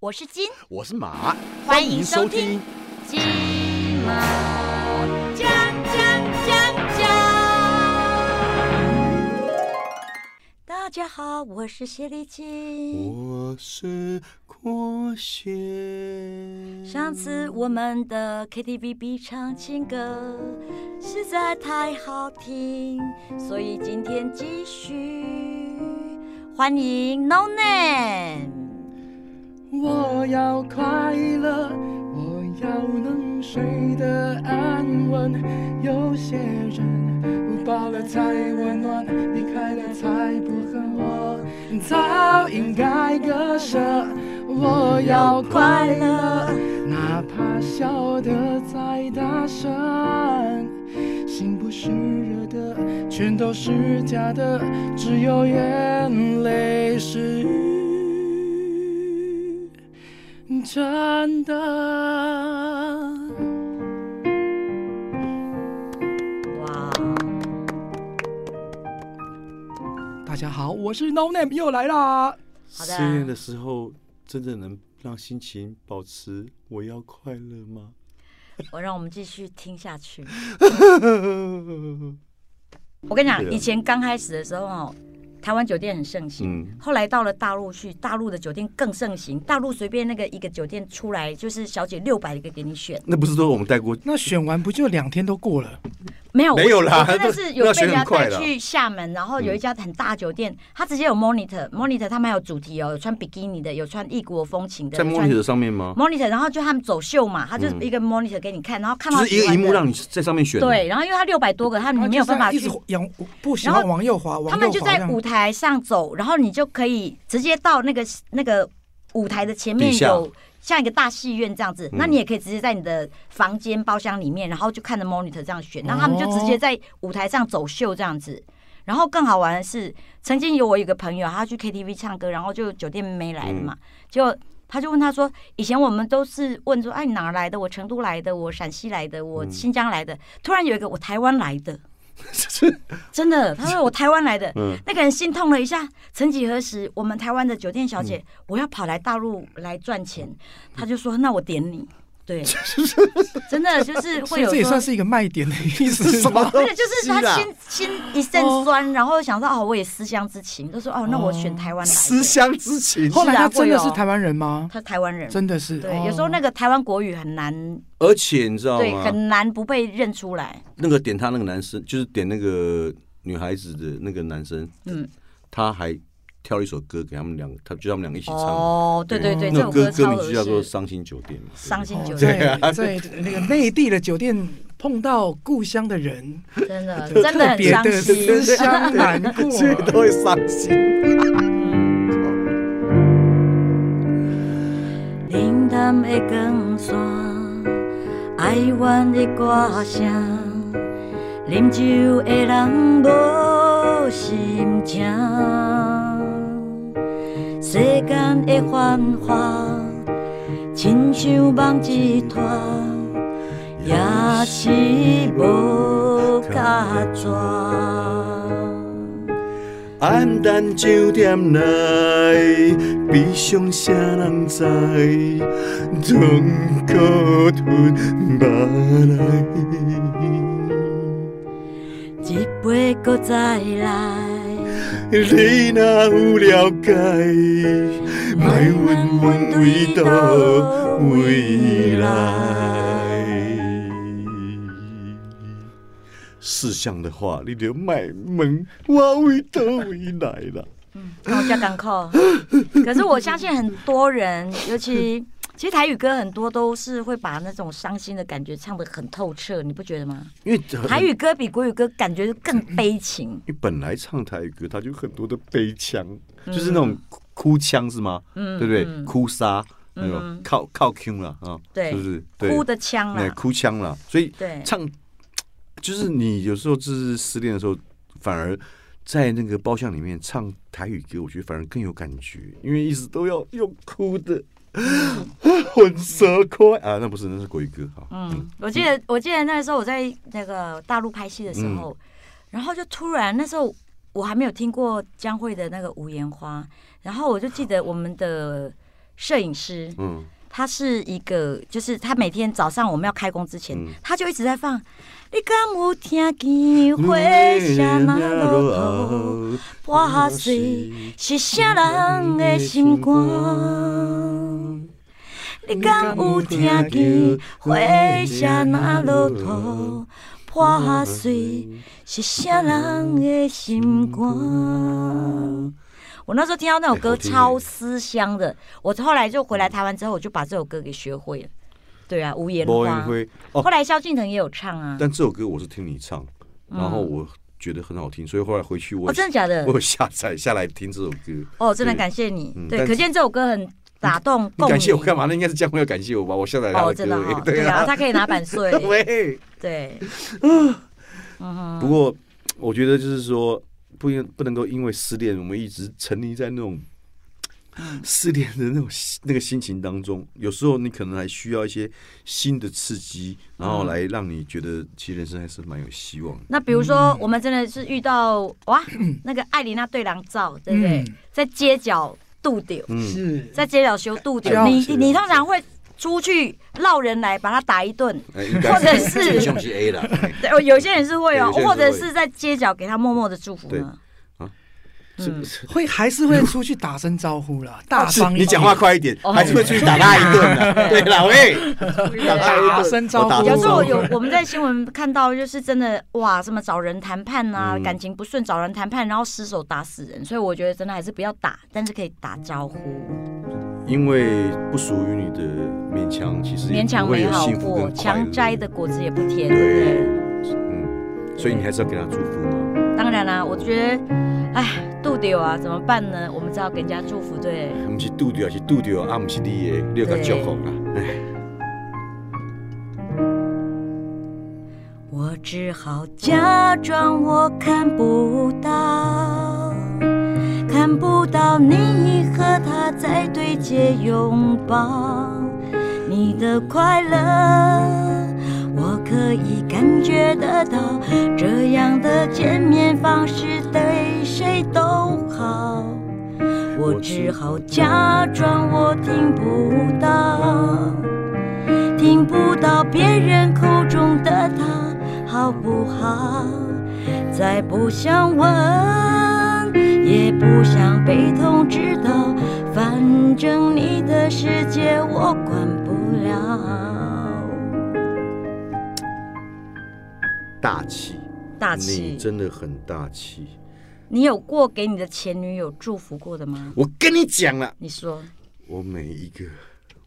我是金，我是马，欢迎收听金马讲讲讲讲。大家好，我是谢丽金。我是郭贤。上次我们的 KTV 必唱情歌实在太好听，所以今天继续欢迎 No Name。我要快乐，我要能睡得安稳。有些人抱了才温暖，离开了才不恨我，早应该割舍。我要快乐，哪怕笑得再大声。心不是热的，全都是假的，只有眼泪是真的。哇，大家好，我是 No Name 又来啦。好的失恋的时候，真的能让心情保持我要快乐吗？我让我们继续听下去。我跟你讲，对啊以前刚开始的时候哦，台湾酒店很盛行。嗯，后来到了大陆去，大陆的酒店更盛行。大陆随便那个一个酒店出来，就是小姐六百个给你选， 那不是说我们带过那选完不就两天都过了？没有没有啦我真的是有被人那那选家很快带啦嗯去厦门，然后有一家很大酒店，它直接有 monitor，monitor 他们还有主题哦，有穿比基尼的，有穿异国风情的，在有 m o 穿 n 上面吗？ monitor，然后就他们走秀嘛，他就是嗯一个 monitor 给你看，然后看到就是一喜个欢荧幕的让你在上面选。，对，然后因为他六百多个，啊他们嗯没有办法一去直往不喜然欢后往右滑，往右滑他们就这在样舞台上走，然后你就可以直接到那个那个舞台的前面底下有像一个大戏院这样子，嗯那你也可以直接在你的房间包厢里面，然后就看着 monitor 这样选，哦然后他们就直接在舞台上走秀这样子。然后更好玩的是，曾经有我有一个朋友，他去 KTV 唱歌，然后就酒店没来了嘛，嗯结果他就问他说，以前我们都是问说，哎，你哪儿来的？我成都来的，我陕西来的，我嗯新疆来的。突然有一个我台湾来 的，真的，他说我台湾来的，嗯，那个人心痛了一下。曾几何时，我们台湾的酒店小姐，嗯我要跑来大陆来赚钱，她就说：“那我点你。” 对，真的就是所会以有这也说算，是一个卖点的意思，是吗？对，就是哦是他啊心心一阵酸，然后想到哦，我也思乡之情，就说哦，那我选台湾来啊思的。乡之情。 后来他真的会是哦台湾人吗？他是台湾人，真的是，对，哦有时候那个台湾国语很难，而且你知道对，吗？很难不被认出来。那个点他那个男生，就是点那个女孩子的那个男生，嗯，他还挑了一首歌给他们两个，他就他们两个一起唱。哦，对对对，这那首歌歌超歌名合就叫做《适。伤心酒店》嘛。对不对伤心酒店，哦在在那个内地的酒店碰到故乡的人，真的就真的特很别伤呃的思心。 乡难 过。所以都会伤心。冷淡的光线，哀怨的歌声，饮酒的人无心情。世间的繁华，亲像梦一拖，也是无甲绝。黯淡酒店内，悲伤谁人知？痛苦吞眼泪。一杯搁再来。你若有了解，莫问阮为倒未来。事项的话，你就卖问我为倒未来啦。然后比较干扣。可是我相信很多人，尤其其实台语歌很多都是会把那种伤心的感觉唱得很透彻，你不觉得吗？因为台语歌比国语歌感觉更悲情。你本来唱台语歌，它就很多的悲腔，就是那种哭哭腔是吗？嗯对不对？嗯哭沙那嗯种靠靠 Q 了啊，对是不是？对哭的腔哎啦，哭腔了，所以 对唱就是你有时候就是失恋的时候，反而在那个包厢里面唱台语歌，我觉得反而更有感觉，因为一直都要用哭的。嗯 混舌快啊，那不是，那是国语歌哈。嗯嗯，，我记得我记得那时候我在那个大陆拍戏的时候，然后就突然那时候我还没有听过江蕙的那个《无言花》，然后我就记得我们的摄影师，嗯，他是一个，就是他每天早上我们要开工之前，嗯他就一直在放。你敢有听见火车那路啊途啊破碎是啥人的心肝？你敢有听见火车那路途破碎是啥人的心肝？我那时候听到那首哎歌好听耶超思乡的，我后来就回来台湾之后，我就把这首歌给学会了。对啊，无言莫花言。辉哦后，来萧敬腾也有唱啊。但这首歌我是听你唱，然后嗯我觉得很好听，所以后来回去我哦，真的假的 我？有下载下来听这首歌。哦，真的对感谢你嗯。对，但可见这首歌很打动你共鸣感。谢我干嘛？那应该是江辉要感谢我吧？我下载他哦，的真的歌哈，， 对。对啊，他可以拿版税 喂，对，嗯不哼，过我觉得就是说，不应不能够因为失恋，我们一直沉溺在那 种失恋的那种心那个心情当中。有时候你可能还需要一些新的刺激，然后来让你觉得其实人生还是蛮有希望的。那比如嗯说我们真的是遇到 哇，那个艾琳娜对狼照，对不对嗯？在街角度丢，嗯，是在街角修度哎丢，呦你是你通常会出去绕人来把他打一顿，哎应该或者是这像是 A 了。哎对， 哦有些人是会哦，对有些人是会或者是在街角给他默默的祝福对呢。是嗯是会还是会出去打声招呼啦，大方一点啊你讲话快一点，哦还是会出去打他一顿的。 对啦，喂，打他一顿，哦打声招呼我打有声时招候呼有我们在新闻看到，就是真的哇，什么找人谈判啊，嗯感情不顺找人谈判，然后失手打死人，所以我觉得真的还是不要打，但是可以打招呼。因为不属于你的勉强，其实也勉强不会没有好幸福过，跟快乐强摘的果子也不甜，对不对对？，嗯，所以你还是要给他祝福嘛。当然啦、我觉得，哎，度丢啊，怎么办呢？我们只好给人家祝福，对。不是拄着，是拄着，啊，不是你的，你要给他祝福啦。哎我只好假装我看不到，看不到你和他在对街拥抱，你的快乐我可以感觉得到，这样的见面方式对谁都好。我只好假装我听不到，听不到别人口中的他，好不好？再不想问，也不想被通知到，反正你的世界我管不了。大气，大你气，真的很大气。你有过给你的前女友祝福过的吗？我跟你讲了，你说，我每一个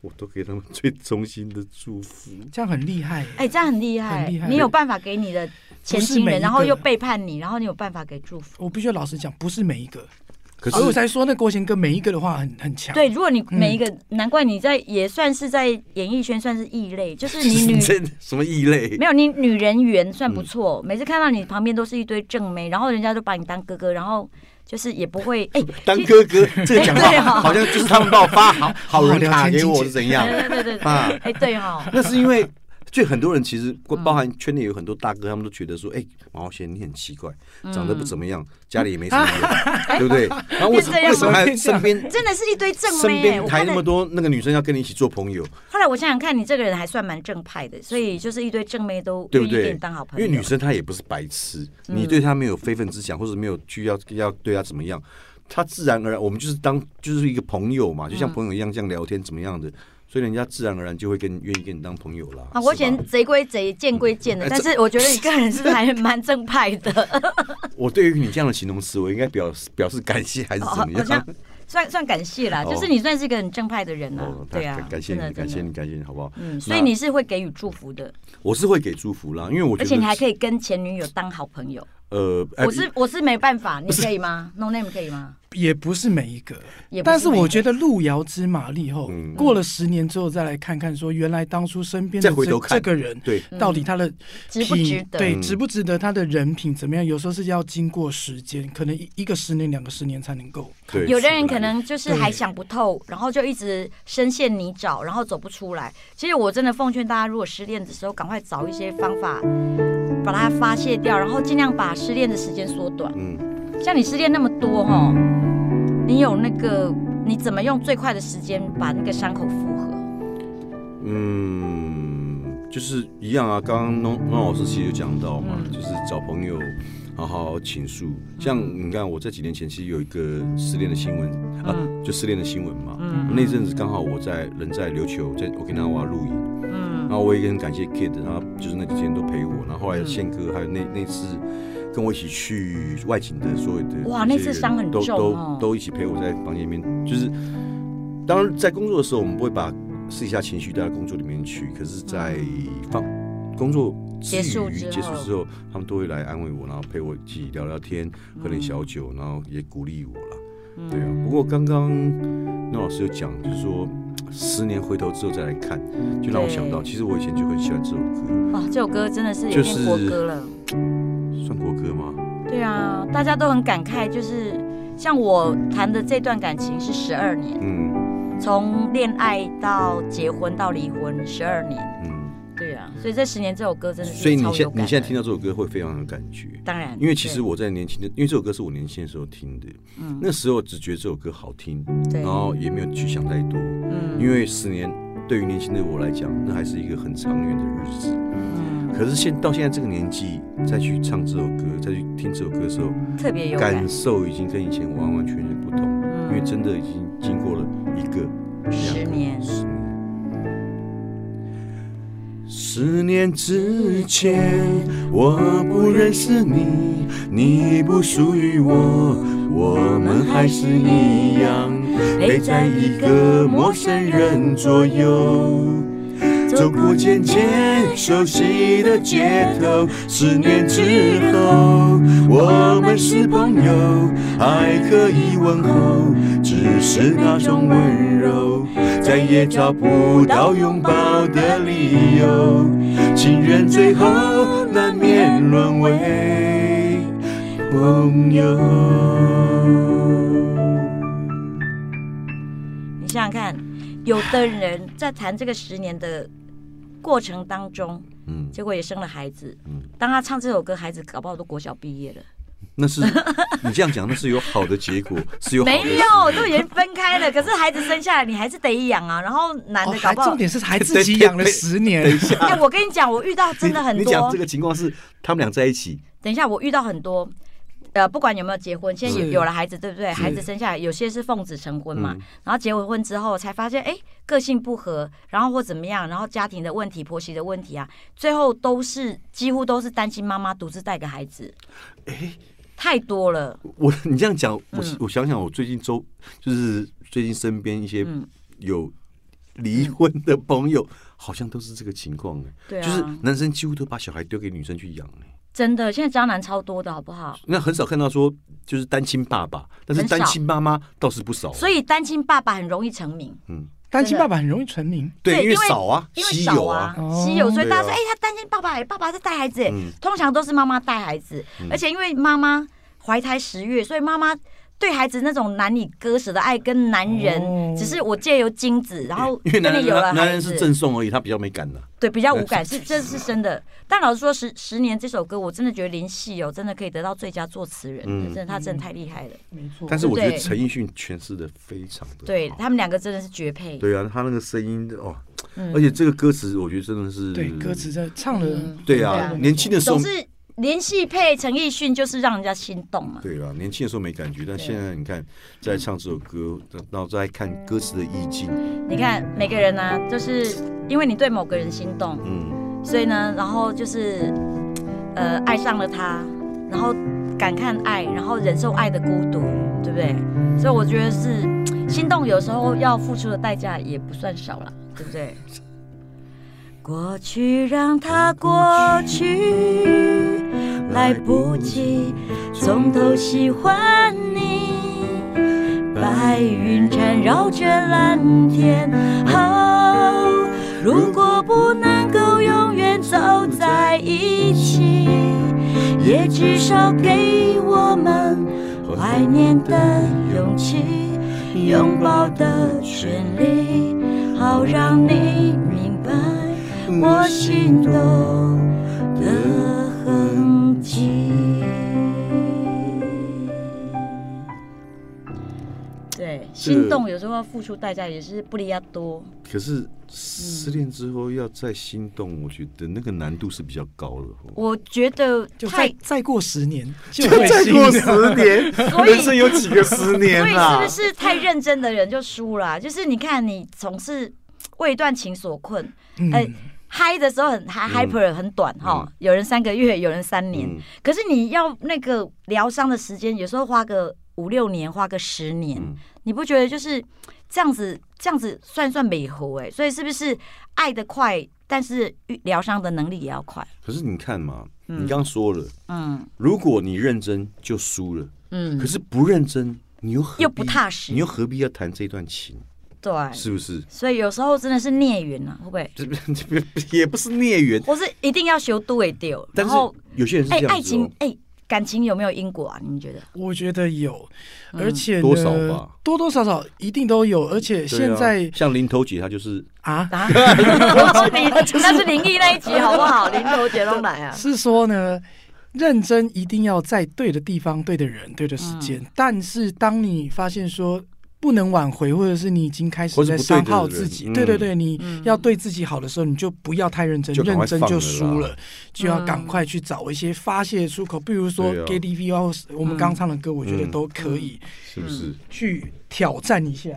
我都给他们最衷心的祝福。这样很厉害耶。哎、这样很厉害，很厉害你有办法给你的前亲不是每人，一个然后又背叛你，然后你有办法给祝福。我必须老实讲，不是每一个，可哦所以我是才说那郭贤哥每一个的话很很强。对，，如果你嗯每一个，难怪你在也算是在演艺圈算是异类，就是 你女 真的什么异 类没？有你女人缘算嗯不错，每次看到你旁边都是一堆正妹，然后人家都把你当哥哥，然后就是也不会哎，当其实哥哥这个讲对法哦好像就是他们把我发好好人卡给我是怎样？对对对对，啊哎对哈，那是因为，就很多人其嗯实包含圈内有很多大哥，他们都觉得说，哎、王浩贤你很奇怪，嗯长得不怎么样，家里也 没什么人，对不对？然后为什么哎变这样吗为什么还身边真的是一堆正身妹哎，边我还看那了么多那个女生要跟你一起做朋友，后来我想想看，你这个人还算蛮正派的，所以就是一堆正妹都对愿不意跟对你当好？朋因友。为女生她也不是白痴，你对她没有非分之想，或者没有去要要对她怎么样，她自然而然我们就是当就是一个朋友嗯嘛，就像朋友一样这样聊天怎么样的，所以人家自然而然就会跟愿意跟你当朋友啦。啊，我以是吧前贼归贼，贱归贱的，哎但是我觉得你个人是还蛮正派的， 我对于你这样的形容词，我应该表示表示感谢还是怎 么好像样？算算感谢啦，哦就是你算是一个很正派的人啊 哦，，对啊感，感谢真的你，感谢。真的你，感谢你，好不好？嗯，所以你是会给予祝福的，我是会给祝福啦，因为我觉得而且你还可以跟前女友当好朋友。呃，哎我是我是没办法，你可以吗？No name 可以吗？也不是每一个。也不但是每我个觉得路遥知马力后，嗯过了十年之后再来看看，说原来当初身边的再回头这看这个人，对到底他的嗯值不品值得对，嗯值不值得他的人品怎么样？有时候是要经过时间，可能一一个十年、两个十年才能够。对有的人可能就是对还想不透，然后就一直深陷泥沼，然后走不出来。其实我真的奉劝大家，如果失恋的时候，赶快找一些方法把它发泄掉，然后尽量把失恋的时间缩短。嗯，像你失恋那么多哈，你你有那个你怎么用最快的时间把那个伤口复合？嗯，就是一样啊。刚刚农农老师其实有讲到嘛，嗯就是找朋友好好倾诉。像你看，我在几年前其实有一个失恋的新闻啊，就失恋的新闻嘛。嗯那阵子刚好我在人在琉球，在我跟他娃录影，然嗯后我也很感谢 Kid，然后就是那几天都陪我，然后后来宪哥还有那那次跟我一起去外景的所有的哇这那些次人伤很都重都哦都一起陪我在房间里面，就是当然在工作的时候我们不会把私底下情绪带到工作里面去，可是，在放工作之余。结束之后结束之后，他们都会来安慰我，然后陪我一起聊聊天，喝点小酒，然后也鼓励我啦。对啊，嗯不过刚刚那老师有讲，就是说十年回头之后再来看，就让我想到，对其实我以前就很喜欢这首歌，哇，这首歌真的是也就是变国歌了。算国歌吗？对啊，大家都很感慨，就是像我谈的这段感情是十二年，嗯从恋爱到结婚到离婚十二年。嗯，对啊，所以这十年这首歌真的是所以你超现有感的你现在听到这首歌会非常有感觉，当然，因为其实我在年轻的，因为这首歌是我年轻的时候听的，嗯那时候只觉得这首歌好听，对，然后也没有去想太多，嗯因为十年对于年轻的我来讲，那还是一个很长远的日子。嗯可是现到现在这个年纪，再去唱这首歌，再去听这首歌的时候，特别有感感，受已经跟以前完完全全不同，嗯因为真的已经经过了一个十年十年。十年之前，我不认识你，你不属于我，我们还是一样陪在一个陌生人左右。走过渐渐熟悉的街头，十年之后，我们是朋友，还可以问候，只是那种温柔，再也找不到拥抱的理由。情人最后难免沦为朋友。你想想看，有的人在谈这个十年的过程当中，嗯，结果也生了孩子。嗯当他唱这首歌，孩子搞不好都国小毕业了，那是你这样讲，那是有好的结果，是有没有，都已经分开了。可是孩子生下来，你还是得养啊。然后男哦，的搞还不好，重点是还自己养了十年， 哎，我跟你讲，我遇到真的很你多。讲这个情况是他们俩在一起，等一下，我遇到很多，呃，不管有没有结婚，现在有是有了孩子，对不对？是嗯孩子生下来，有些是奉子成婚嘛，然后结完婚之后才发现，哎，个性不合，然后或怎么样，然后家庭的问题、婆媳的问题啊，最后都是几乎都是单亲妈妈独自带个孩子，太多了，我你这样讲，我、嗯我想想，我最近周就是最近身边一些嗯有离婚的朋友，好像都是这个情况、哎，对啊，就是男生几乎都把小孩丢给女生去养、哎真的，现在渣男超多的好不好？那很少看到说就是单亲爸爸，但是很少单亲妈妈倒是不少，啊所以单亲爸爸很容易成名，单亲爸爸很容易成名。对，对因因为少啊，因为稀少有啊啊，，哦稀有，所以大家说，对哎、啊他单亲爸爸，爸爸在带孩子，嗯通常都是妈妈带孩子，而且因为妈妈怀胎十月，所以妈妈对孩子那种难以割舍的爱跟男人，哦只是我借由精子，然后因为跟男你人有了孩男人是子，赠送而已，他比较没感的、对比较无感，是这是真的。但老实说，十十年这首歌，我真的觉得林夕哦，真的可以得到最佳作词人，嗯真的他真的太厉害了。没错但是我觉得对陈奕迅诠释的非常的对好他们两个真的是绝配，对啊，他那个声音哦，嗯而且这个歌词我觉得真的是对歌词在唱了，对对啊啊，年轻的时候总是林夕配陈奕迅，就是让人家心动嘛。对啦，年轻的时候没感觉，但现在你看，在唱这首歌，然后再看歌词的意境，你看每个人呢、就是因为你对某个人心动，嗯，所以呢，然后就是呃爱上了他，然后感叹爱，然后忍受爱的孤独，对不对？所以我觉得是心动，有时候要付出的代价也不算少了，对不对？过去让它过去，来不及从头喜欢你。白云缠绕着蓝天。哦，如果不能够永远走在一起，也至少给我们怀念的勇气，拥抱的权利，好让你明白我心动的痕迹。心动有时候要付出代价，也是不离要多。可是失恋之后要再心动，我觉得那个难度是比较高的 哦。我觉得就太再再过 十年就会再过心动十 年，所以人生有几个十年所以是啊不？是太认真的人就输了啊、就是你看，你总是为一段情所困，嗯哎嗨的时候很嗨、h y p e r 很短哈、有人三个月，有人三年。嗯可是你要那个疗伤的时间，有时候花个五六年，花个十年，嗯你不觉得就是这样子？这样子算算美猴哎，所以是不是爱的快，但是疗伤的能力也要快？可是你看嘛，你嗯刚刚说了，嗯如果你认真就输了，嗯，可是不认真，你又何必又不踏实你又何必要谈这段情？对，是不是？所以有时候真的是孽缘啊，会不会？这边这边 也不是孽缘，或是一定要修对丢，但然是后有些人是哎、这样子、哦爱情哎、感情有没有因果啊？你们觉得？我觉得有，嗯而且呢多少吧多多少少一定都有，而且对现啊在像林头姐，她就是啊，啊，那是你，那是林毅那一集好不好？林头姐都来啊，是说呢，认真一定要在对的地方、对的人、对的时间。但是当你发现说不能挽回，或者是你已经开或始是在不对伤的害人自己，嗯对对对，你要对自己好的时候，你就不要太认真，就赶快认真放就了输啦了，嗯就要赶快去找一些发泄的出口，比如说对啊 KTV 或是我们刚唱的歌，我觉得都可以是不嗯是？去挑战一下。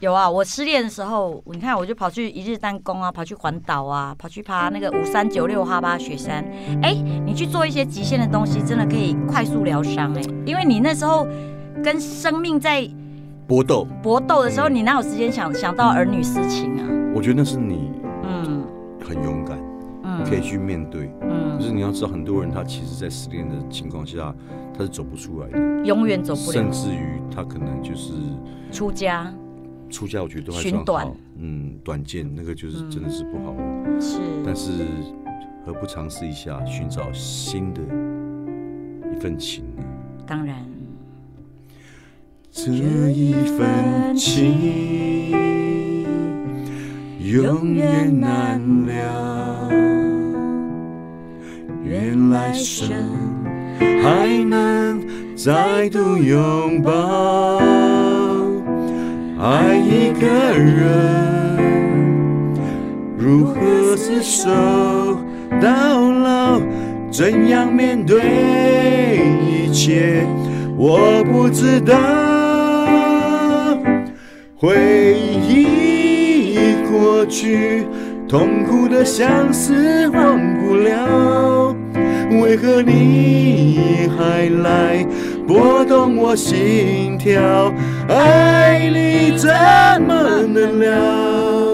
有啊，我失恋的时候，你看我就跑去一日单工啊，跑去环岛啊，跑去爬那个五三九六哈巴雪山。哎、你去做一些极限的东西，真的可以快速疗伤哎，因为你那时候跟生命在搏斗，搏斗的时候，你哪有时间想想到儿女私情啊？我觉得那是你嗯很勇敢，嗯可以去面对。可嗯，是你要知道，很多人他其实，在失恋的情况下，他是走不出来的，永远走不甚了至于他可能就是出家出家，我觉得都还寻算短嗯好，嗯，短见那个就是真的是不好。是但是何不尝试一下，寻找新的一份情呢？当然。这一份情永远难了，愿来生还能再度拥抱。爱一个人，如何厮守到老？怎样面对一切？我不知道。回忆过去，痛苦的相思忘不了。为何你还来拨动我心跳？爱你怎么能了？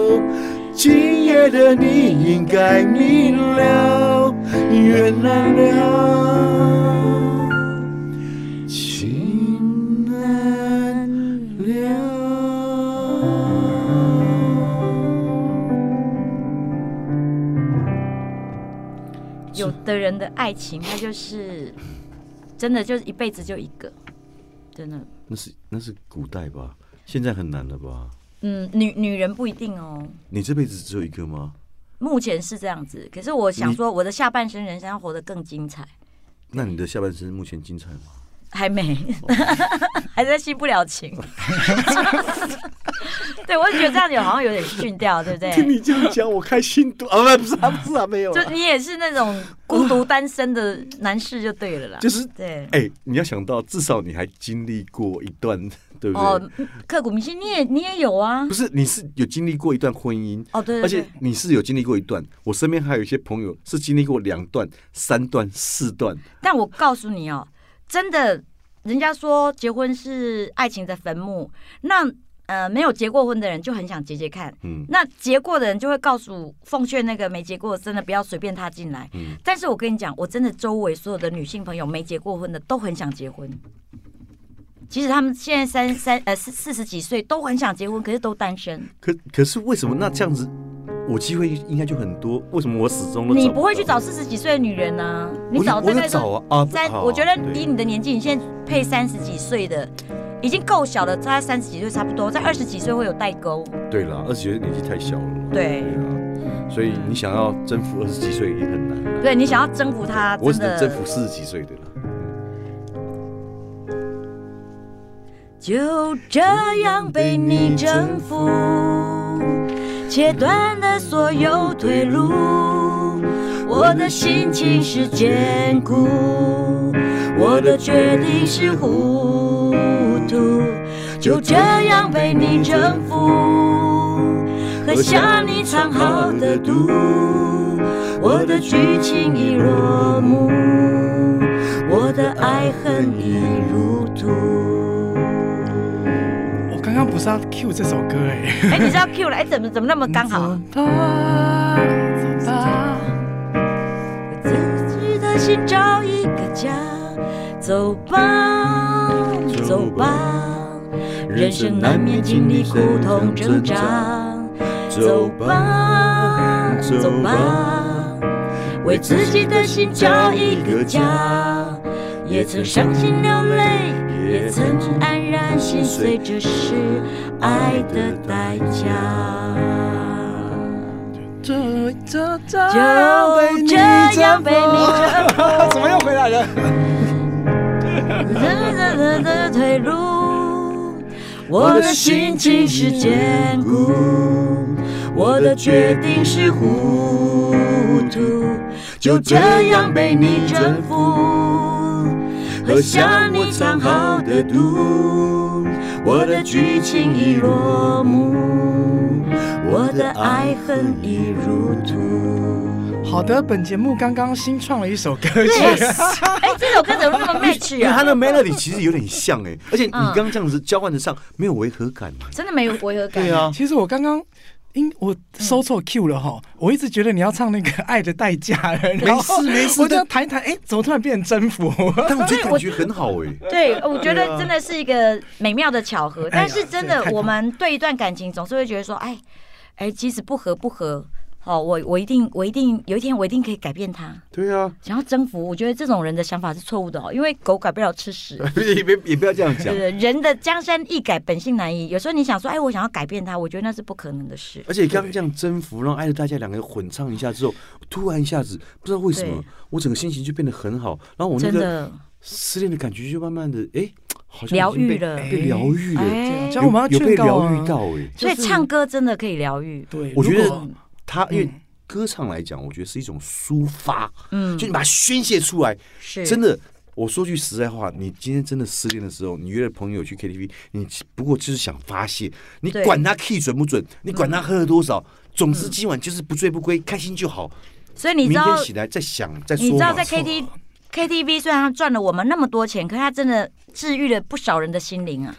今夜的你应该明了，原谅了，情难了。有的人的爱情，他就是真的就是一辈子就一个，真的。那是那是古代吧，现在很难了吧？嗯，女女人不一定哦，你这辈子只有一个吗？目前是这样子。可是我想说，我的下半生人生要活得更精彩，那你的下半身目前精彩吗？还没， 还在新不了情。对，我就觉得这样子好像有点逊掉，对不对？你这样讲，我开心 多啊！不是啊，不是啊，没有就你也是那种孤独单身的男士就对了啦，就是对。哎、你要想到，至少你还经历过一段， 对不对？哦，刻骨铭心，你也你也有啊不。是，你是有经历过一段婚姻，哦，对而对且对，你是有经历过一段。我身边还有一些朋友是经历过两段、三段、四段。但我告诉你哦，真的，人家说结婚是爱情的坟墓，那呃没有结过婚的人就很想结结看，嗯那结过的人就会告诉奉劝那个没结过的，真的不要随便踏进来。嗯，但是我跟你讲，我真的周围所有的女性朋友没结过婚的都很想结婚，即使他们现在三三呃四四十几岁都很想结婚，可是都单身。可可是为什么那这样子，我机会应该就很多？为什么我始终都你找不会去到找四十几岁的女人啊？你我找我大有概找是啊啊！三，好我觉得对以你的年纪，你现在配三十几岁的，已经够小了，在三十几岁差不多，在二十几岁会有代沟。对啦，二十几岁年纪太小了。对对啊，所以你想要征服二十几岁也很难。对你想要征服她，我真只能的征服四十几岁的了。就这样被你征服，切断了所有退路。我的心情是坚固，我的决定是糊涂，就这样被你征服，喝下你藏好的毒。我的剧情已落幕，我的爱恨已入土。我刚刚不是要 Q 这首歌哎、哎，你是要 Q 了？哎，怎么怎么那么刚好？走吧，走吧，自己的心找一个家，走吧，走吧，人生难免经历苦痛挣扎，走吧，走吧，为自己的心找一个家。也曾伤心流泪，也曾黯然心碎，这是爱的代价。这这这就这样啊被你征服， 怎么又回来了？的的的退路，我的心情是坚固，我的决定是糊涂，就这样被你征服，喝下你藏好的毒，我的剧情已落幕，我的爱恨已入土。好的，本节目刚刚新创了一首歌对曲，， 哎，这首歌怎么那么 match 因为啊他？的 melody 其实有点像哎、而且你刚刚这样子交换着上，没有违和感嘛？真的没有违和感。对啊， 其实我刚刚。因我收错 Q 了哈，我一直觉得你要唱那个《爱的代价》了，然后没事没事 我就但弹一弹，哎，怎么突然变成征服？但我觉得感觉很好哎、对，我觉对得啊真的是一个美妙的巧合。但是真这也的太，棒我们对一段感情总是会觉得说，哎，哎，即使不合不合，哦，我我一定我一定有一天我一定可以改变他，对啊，想要征服。我觉得这种人的想法是错误的哦，因为狗改不了吃 屎。也别也不要这样对讲不。对人的江山易改，本性难移。有时候你想说，哎，我想要改变他，我觉得那是不可能的事。而且刚刚这样征服，让爱的大家两个人混唱一下之后，突然一下子不知道为什么对，我整个心情就变得很好，然后我那真个的，失恋的感觉就慢慢的哎、好像疗已经被愈了被疗愈了，哎这有样我们要有劝被告疗啊愈到哎、所以就是唱歌真的可以疗愈。 对，我觉如得果嗯他因为歌唱来讲，我觉得是一种抒发，嗯就，你把它宣泄出来，是真的。我说句实在话，你今天真的失恋的时候，你约了朋友去 KTV，你不过就是想发泄，你对管他 key 准不准，你管他喝了多少，总之今晚就是不醉不归，开心就好。所以嗯你知明道天，醒来再想再说你嘛。知道在错 K T K T V 虽然他赚了我们那么多钱，可是他真的治愈了不少人的心灵啊。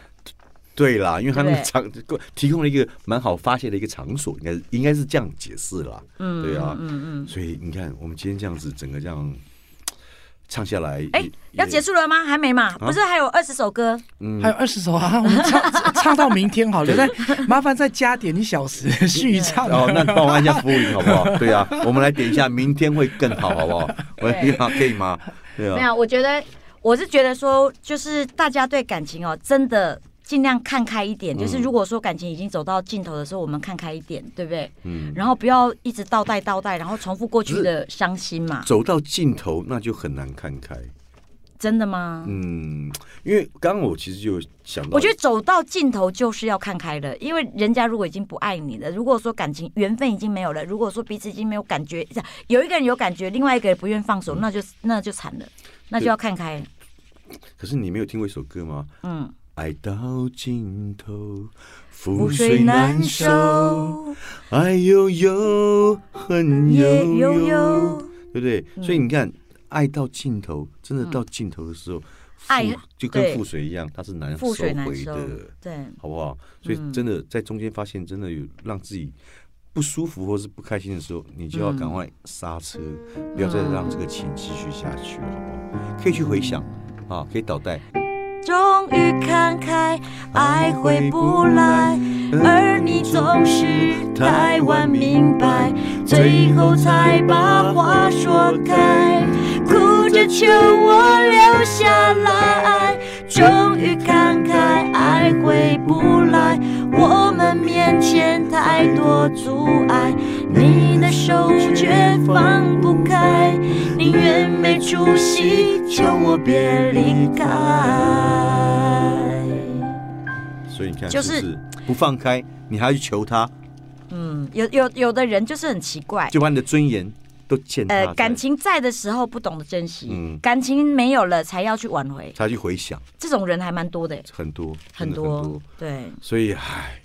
对啦，因为他那个对场 提供了一个蛮好发泄的一个场所，应该是应该是这样解释啦。嗯，对啊嗯嗯嗯。所以你看，我们今天这样子整个这样唱下来，哎、也要结，束了吗？还没啊嘛？不是还有二十首歌？也嗯还有二十首啊，我 们唱唱到明天好了，再麻烦再加点一小时续唱啊。哦，那 你帮我按一下服务铃好不 好？对啊，我们来点一下，明天会更好，好不好？我对可以吗？对没啊，有，我觉得我是觉得说，就是大家对感情哦，真的。尽量看开一嗯点，就是如果说感情已经走到尽头的时候，我们看开一点，对不对？嗯，然后不要一直倒带倒带，然后重复过去的伤心嘛。走到尽头那就很难看开。真的吗？嗯，因为刚刚我其实就有想到，我觉得走到尽头就是要看开了，因为人家如果已经不爱你了，如果说感情缘分已经没有了，如果说彼此已经没有感觉，有一个人有感觉，另外一个人不愿放嗯手，那就那就惨了，那就要看开。可是你没有听过一首歌吗？嗯，爱到尽头，覆覆水水难难收。收，爱悠悠，恨也悠悠悠悠，，嗯对不对？所以你看，爱到尽头，真的到尽头的时候，嗯爱啊覆就跟对覆水一样，它是难收覆水难回收嗯的，。对，好不好？所以真的在中间发现，真的有让自己不舒服或是不开心的时候，你就要赶快刹车，嗯不要再让这个情继续下去了，好不好？可以去回想啊，可以倒带，终于看开，爱回不来，而你总是太晚明白，最后才把话说开，哭着求我留下来。终于看开，爱回不来，我们面前太多阻碍，你的手却放不开，宁愿没出息，求我别离开。所以你看，就是是不不放开，你还要去求他，嗯，有有有的人就是很奇怪，就把你的尊严都践踏在。呃，感情在的时候不懂得珍惜，啊嗯感情没有了才要去挽回，他去回想这种人还蛮多的耶，很多很真的多，嗯很多，对，所以唉，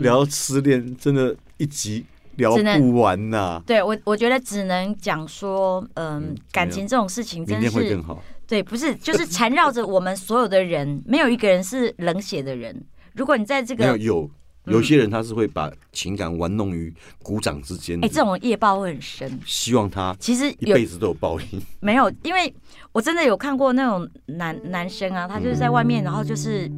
聊失恋真的，一集聊不完呐、对我我觉得只能讲说，嗯，嗯感情这种事情明真天会是更好。对，不是就是缠绕着我们所有的人，没有一个人是冷血的人。如果你在这没个嗯有有有些人他是会把情感玩弄于鼓掌之间的，哎、这种业报会很深。希望他其实一有辈子都有报应。没有？因为我真的有看过那种男男生啊，他就是在外面，然后就是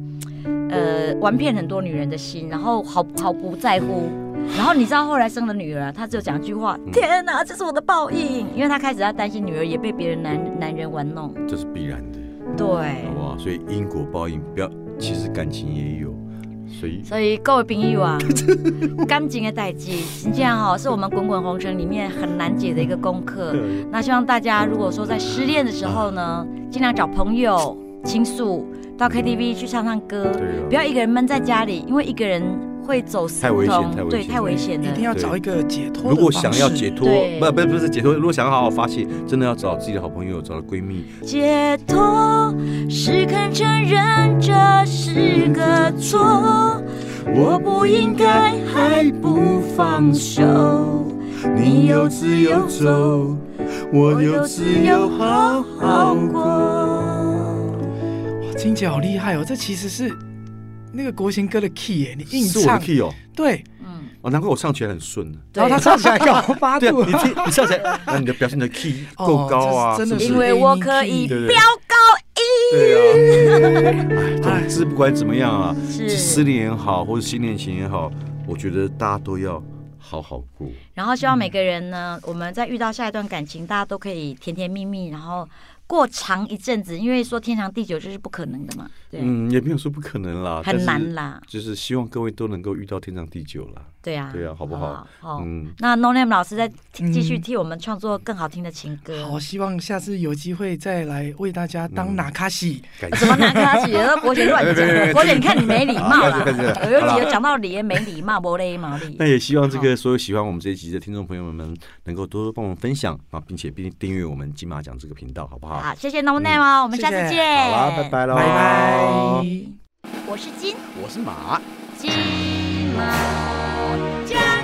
呃玩遍很多女人的心，然后毫毫不在乎。然后你知道后来生了女儿啊，他只有讲一句话：“天哪，这是我的报应！”因为他开始要担心女儿也被别人男男人玩弄。这是必然的，对好，不好？所以因果报应，不要，其实感情也有，所以所以各位朋友啊， 感情的代际，真正哈、是我们滚滚红尘里面很难解的一个功课。那希望大家如果说在失恋的时候呢，尽量找朋友倾诉，到 KTV 去唱唱歌， 对啊不要一个人闷在家里，因为一个人会走私太危险太危对，险太危险一了定。要找一个解脱的如果方想要式解脱，对不不不是解脱，如果想要好好发泄，真的要找自己的好朋友，找到闺蜜，解脱是肯承认这是个错，我不应该还不放手。你有自由走，我有自由好好过。哇金姐好厉害哦！这其实是那个国行歌的 key 耶，你硬是我的唱 key 哦，对，嗯，哦，难怪我唱起来很顺 呢。然后他唱起来高八对啊度，你听你唱起来，那你的表现你的 key 哦够高啊，这是真的是因不是为我可以对对飙高音。对 啊，哎，总之不管怎么样啊，哎是失恋也好，或者新恋情也好，我觉得大家都要好好过。然后希望嗯每个人呢，我们在遇到下一段感情，大家都可以甜甜蜜蜜，然后过长一阵子，因为说天长地久这是不可能的嘛，对，嗯，也没有说不可能啦，很但是难啦，就是希望各位都能够遇到天长地久啦。对啊，对啊好不好好，嗯，那 No Name 老师再嗯继续替我们创作更好听的情歌。好，希望下次有机会再来为大家当哪卡西。感什谢么啊拿卡起？那国姐乱 别别别别讲，国姐你看你没礼貌 好啦开始开始，我有好理啦有讲到理，没礼貌，没礼貌理那。也希望这个所有喜欢我们这一集的听众朋友们，能够多多帮我们分享啊，并且并订阅我们金马奖这个频道，好不好？好，谢谢 No Name 哦，我们下次谢谢见。好啦，拜。拜喽，拜拜。我是金我是马。金马奖。